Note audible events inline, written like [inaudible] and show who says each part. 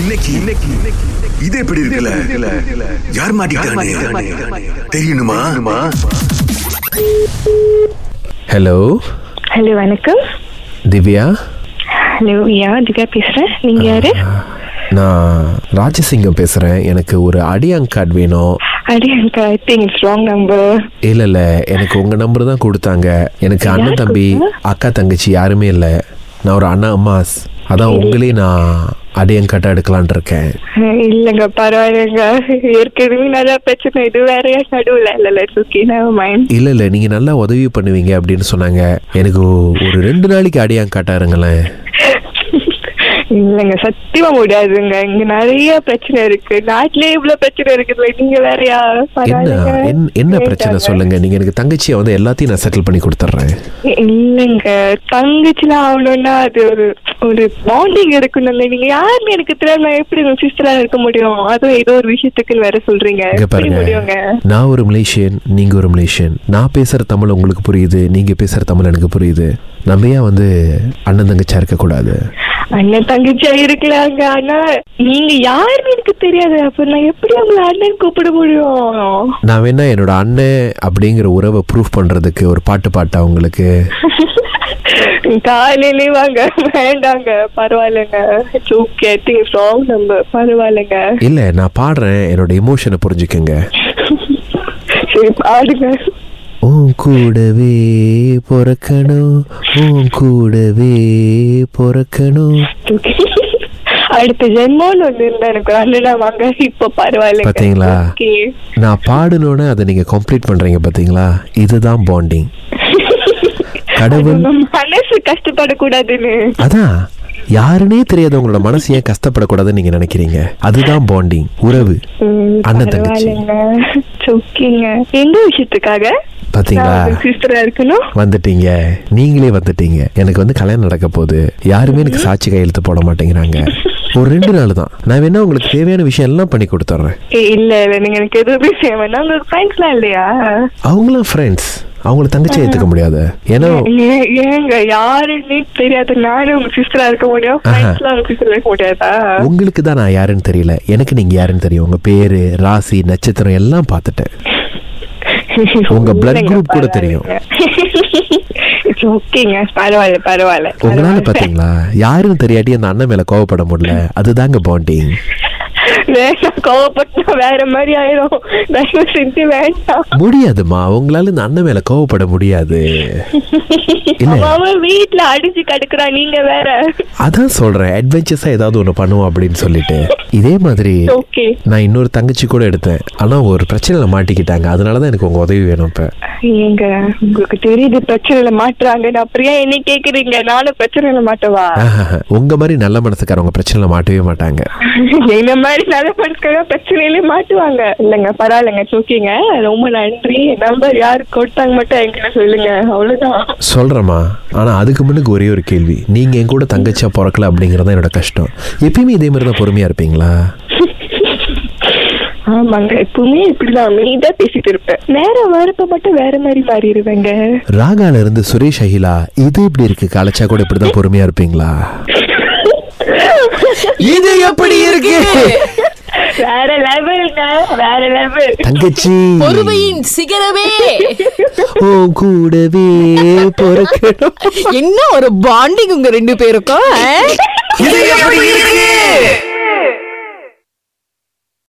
Speaker 1: இன்னைக்கு இன்னைக்கு இன்னைக்கு- இது எப்படி இருக்குல்ல யார் மாட்டிக்கிட்டானே தெரியணுமா
Speaker 2: ஹலோ
Speaker 3: ஹலோ வணக்கம்
Speaker 2: திவ்யா
Speaker 3: ஹலோ யா திவ்யா பேசுகிறேன் நீங்கள் யாரு
Speaker 2: நான் ராஜசிங்கம் பேசுகிறேன் எனக்கு ஒரு அடியாங் கார்டு வேணும்
Speaker 3: அடி எனக்கு I think it's wrong number
Speaker 2: இல்லை இல்லை எனக்கு உங்கள் நம்பர் தான் கொடுத்தாங்க எனக்கு அண்ணன் தம்பி அக்கா தங்கச்சி யாருமே இல்லை நான் ஒரு அண்ணா அம்மா அதான் உங்களே நான் அடியாங் கார்டாக எடுக்கலான் இருக்கேன்
Speaker 3: இல்லைங்க பரவாயில்லைங்க ஏற்கனவே நிறையா பிரச்சனை இது வேறையா நடுவில் இல்லை இல்லை இட்ஸ் ஓகே நவர் மைண்ட்
Speaker 2: இல்லை இல்லை நீங்கள் நல்லா உதவி பண்ணுவீங்க அப்படின்னு சொன்னாங்க எனக்கு ஒரு ரெண்டு நாளைக்கு அடியாங் காட்டா இருங்களேன்
Speaker 3: இல்லைங்க சத்தியமாக முடியாதுங்க இங்கே நிறைய பிரச்சனை இருக்கு நாட்டிலே இவ்வளோ பிரச்சனை இருக்குதுல்ல நீங்கள் வேறையா
Speaker 2: என்ன
Speaker 3: பரவாயில்லைங்க
Speaker 2: என்- என்ன பிரச்சனை
Speaker 3: வேண்டாங்க.
Speaker 2: சொல்லுங்க நீங்கள் எனக்கு தங்கச்சியை வந்து எல்லாத்தையும் நான் செட்டில் பண்ணி கொடுத்துட்றேன்
Speaker 3: இல்லைங்க தங்கச்சிலாம் ஆகணும்னா அது ஒரு ஒரு பாண்டிங் எடுக்கணும்ல நீங்க யாருன்னு எனக்கு தெரியல நான் எப்படி உங்க சிஸ்டரா இருக்க முடியும் அதுவும் ஏதோ ஒரு விஷயத்துக்கு வேற சொல்றீங்க
Speaker 2: இங்க
Speaker 3: எப்படி
Speaker 2: பாருங்க
Speaker 3: முடியுங்க
Speaker 2: நான் ஒரு மலேசியன் நீங்க ஒரு மலேசியன் நான் பேசுற தமிழ் உங்களுக்கு புரியுது நீங்க பேசுற தமிழ் எனக்கு புரியுது நம்ம ஏன் வந்து அண்ணன் தங்கச்சா இருக்க கூடாது
Speaker 3: அண்ணன் தங்கச்சியா இருக்கலாங்க ஆனா நீங்க யாருன்னு எனக்கு தெரியாது அப்ப நான் எப்படி உங்களை அண்ணன் கூப்பிட முடியும் [laughs]
Speaker 2: நான் வேணா என்னோட அண்ணன் அப்படிங்கிற உறவை ப்ரூஃப் பண்றதுக்கு ஒரு பாட்டு பாட்டா உங்களுக்கு
Speaker 3: காலையிலே வாங்க வேண்டாங்க பரவாயில்லைங்க it's okay I think wrong number பரவாயில்லைங்க
Speaker 2: இல்ல நான் பாடுறேன் என்னோட எமோஷனை புரிஞ்சுக்கங்க
Speaker 3: சரி பாடுங்க
Speaker 2: உன் கூடவே பிறக்கணும் உன் கூடவே பிறக்கணும்
Speaker 3: [laughs] அடுத்த ஜென்மோன்னு ஒண்ணு இருந்தா எனக்கு அண்ணனா வாங்க இப்ப பரவாயில்ல
Speaker 2: பாத்தீங்களா? நான் பாடுனோன்னு அதை நீங்க கம்ப்ளீட் பண்றீங்க பாத்தீங்களா இதுதான் பாண்டிங் கடவுள்
Speaker 3: மனசு கஷ்டப்படக்கூடாதுன்னு
Speaker 2: அதான் யாருனே தெரியாத உங்களோட மனசு ஏன் கஷ்டப்படக்கூடாதுன்னு நீங்க நினைக்கிறீங்க அதுதான் பாண்டிங் உறவு
Speaker 3: ம்,
Speaker 2: அண்ணன் தங்கச்சி.
Speaker 3: பரவாயில்லைங்க. சொக்கிங்க. எந்த விஷயத்துக்காக
Speaker 2: பாத்தீங்களா
Speaker 3: சிஸ்டரா இருக்கணும்
Speaker 2: வந்துட்டீங்க நீங்களே வந்துட்டீங்க எனக்கு வந்து கல்யாணம் நடக்க போகுது யாருமே எனக்கு சாட்சி கையெழுத்து போட மாட்டேங்கிறாங்க ஒரு ரெண்டு நாள் தான் நான் வேணா உங்களுக்கு தேவையான விஷயம் எல்லாம் பண்ணி கொடுத்துட்றேன்
Speaker 3: ஏய், இல்ல இல்ல நீங்க எனக்கு எதுவுமே செய்ய வேணாம் உங்களுக்கு ஃப்ரெண்ட்ஸ்லாம் இல்லையா
Speaker 2: அவங்களும் ஃப்ரெண்ட்ஸ் அவங்கள தங்கச்சி ஏத்துக்க முடியாது ஏன்னா
Speaker 3: ஏ- ஏங்க யாருன்னே தெரியாது நானும் உங்க சிஸ்டரா இருக்க முடியும் ஃப்ரெண்ட்ஸ்லாம் உங்க சிஸ்டரா இருக்க முடியாதா
Speaker 2: உங்களுக்கு தான் நான் யாருன்னு தெரியல எனக்கு நீங்க யாருன்னு தெரியும் உங்க பேரு ராசி நட்சத்திரம் எல்லாம் பார்த்துட்டேன் [laughs] உங்க blood group கூட
Speaker 3: [laughs]
Speaker 2: தெரியும்.
Speaker 3: இட்ஸ் ஓகேங்க பரவாயில்ல பரவாயில்ல
Speaker 2: உங்களால
Speaker 3: பரவாயில்ல.
Speaker 2: பாத்தீங்களா யாருன்னு தெரியாட்டி அந்த அண்ணன் மேல கோவப்பட முடியல அதுதாங்க பாண்டிங்
Speaker 3: வேணாம் கோவப்பட்டா வேற மாதிரி ஆயிரும் தயவு செஞ்சு வேண்டாம்
Speaker 2: முடியாதுமா உங்களால இந்த அண்ணன் மேல கோவப்பட முடியாது இல்ல.
Speaker 3: அவன் அவன் வீட்ல அடிச்சு கடுக்குறான் நீங்க வேற
Speaker 2: அதான் சொல்றேன் அட்வென்ச்சர்ஸா ஏதாவது ஒண்ணு பண்ணுவோம் அப்படின்னு சொல்லிட்டு இதே மாதிரி
Speaker 3: ஓகே
Speaker 2: நான் இன்னொரு தங்கச்சி கூட எடுத்தேன் ஆனா ஒரு பிரச்சனையில மாட்டிக்கிட்டாங்க அதனாலதான் எனக்கு உங்க உதவி வேணும் இப்ப
Speaker 3: ஏங்க உங்களுக்கு தெரியுது பிரச்சனையில மாட்டுறாங்க அப்புறம் ஏன் என்ன கேக்குறீங்க நானும் பிரச்சனையில மாட்டவா
Speaker 2: ஆஹாஹா. உங்க மாதிரி நல்ல மனசுக்காரவங்க பிரச்சனையில மாட்டவே மாட்டாங்க
Speaker 3: இந்த மாதிரி நல்ல படிச்சுக்கலாம் பிரச்சனையிலே மாட்டுவாங்க இல்லைங்க பரவாயில்லைங்க சோக்கிங்க ரொம்ப நன்றி நம்பர் யாரு கொடுத்தாங்க மட்டும் என்கிட்ட சொல்லுங்க அவ்வளவுதான்
Speaker 2: சொல்றேம்மா ஆனா அதுக்கு முன்னுக்கு ஒரே ஒரு கேள்வி நீங்க என் கூட தங்கச்சியா பிறக்கல அப்படிங்கறதான் என்னோட கஷ்டம் எப்பயுமே இதே மாதிரி தான் பொறுமையா இருப்பீங்களா
Speaker 3: ஆமாங்க எப்பவுமே இப்படிதான் நீட்டா பேசிட்டு இருப்பேன் நேரம் வரப்ப மட்டும் வேற மாதிரி மாறிடுவேங்க
Speaker 2: ராகால இருந்து சுரேஷ் அகிலா இது இப்படி இருக்கு கலைச்சா கூட இப்படிதான் பொறுமையா இருப்பீங்களா இது எப்படி இருக்கு
Speaker 3: வேற லெவலுங்க வேற லெவல்
Speaker 2: தங்கச்சி
Speaker 4: பொறுமையின் சிகரமே
Speaker 2: உன் கூடவே பொறுக்கணும்
Speaker 4: என்ன ஒரு பாண்டிங் உங்க ரெண்டு பேருக்கும் ஆ?
Speaker 2: இது எப்படி இருக்கு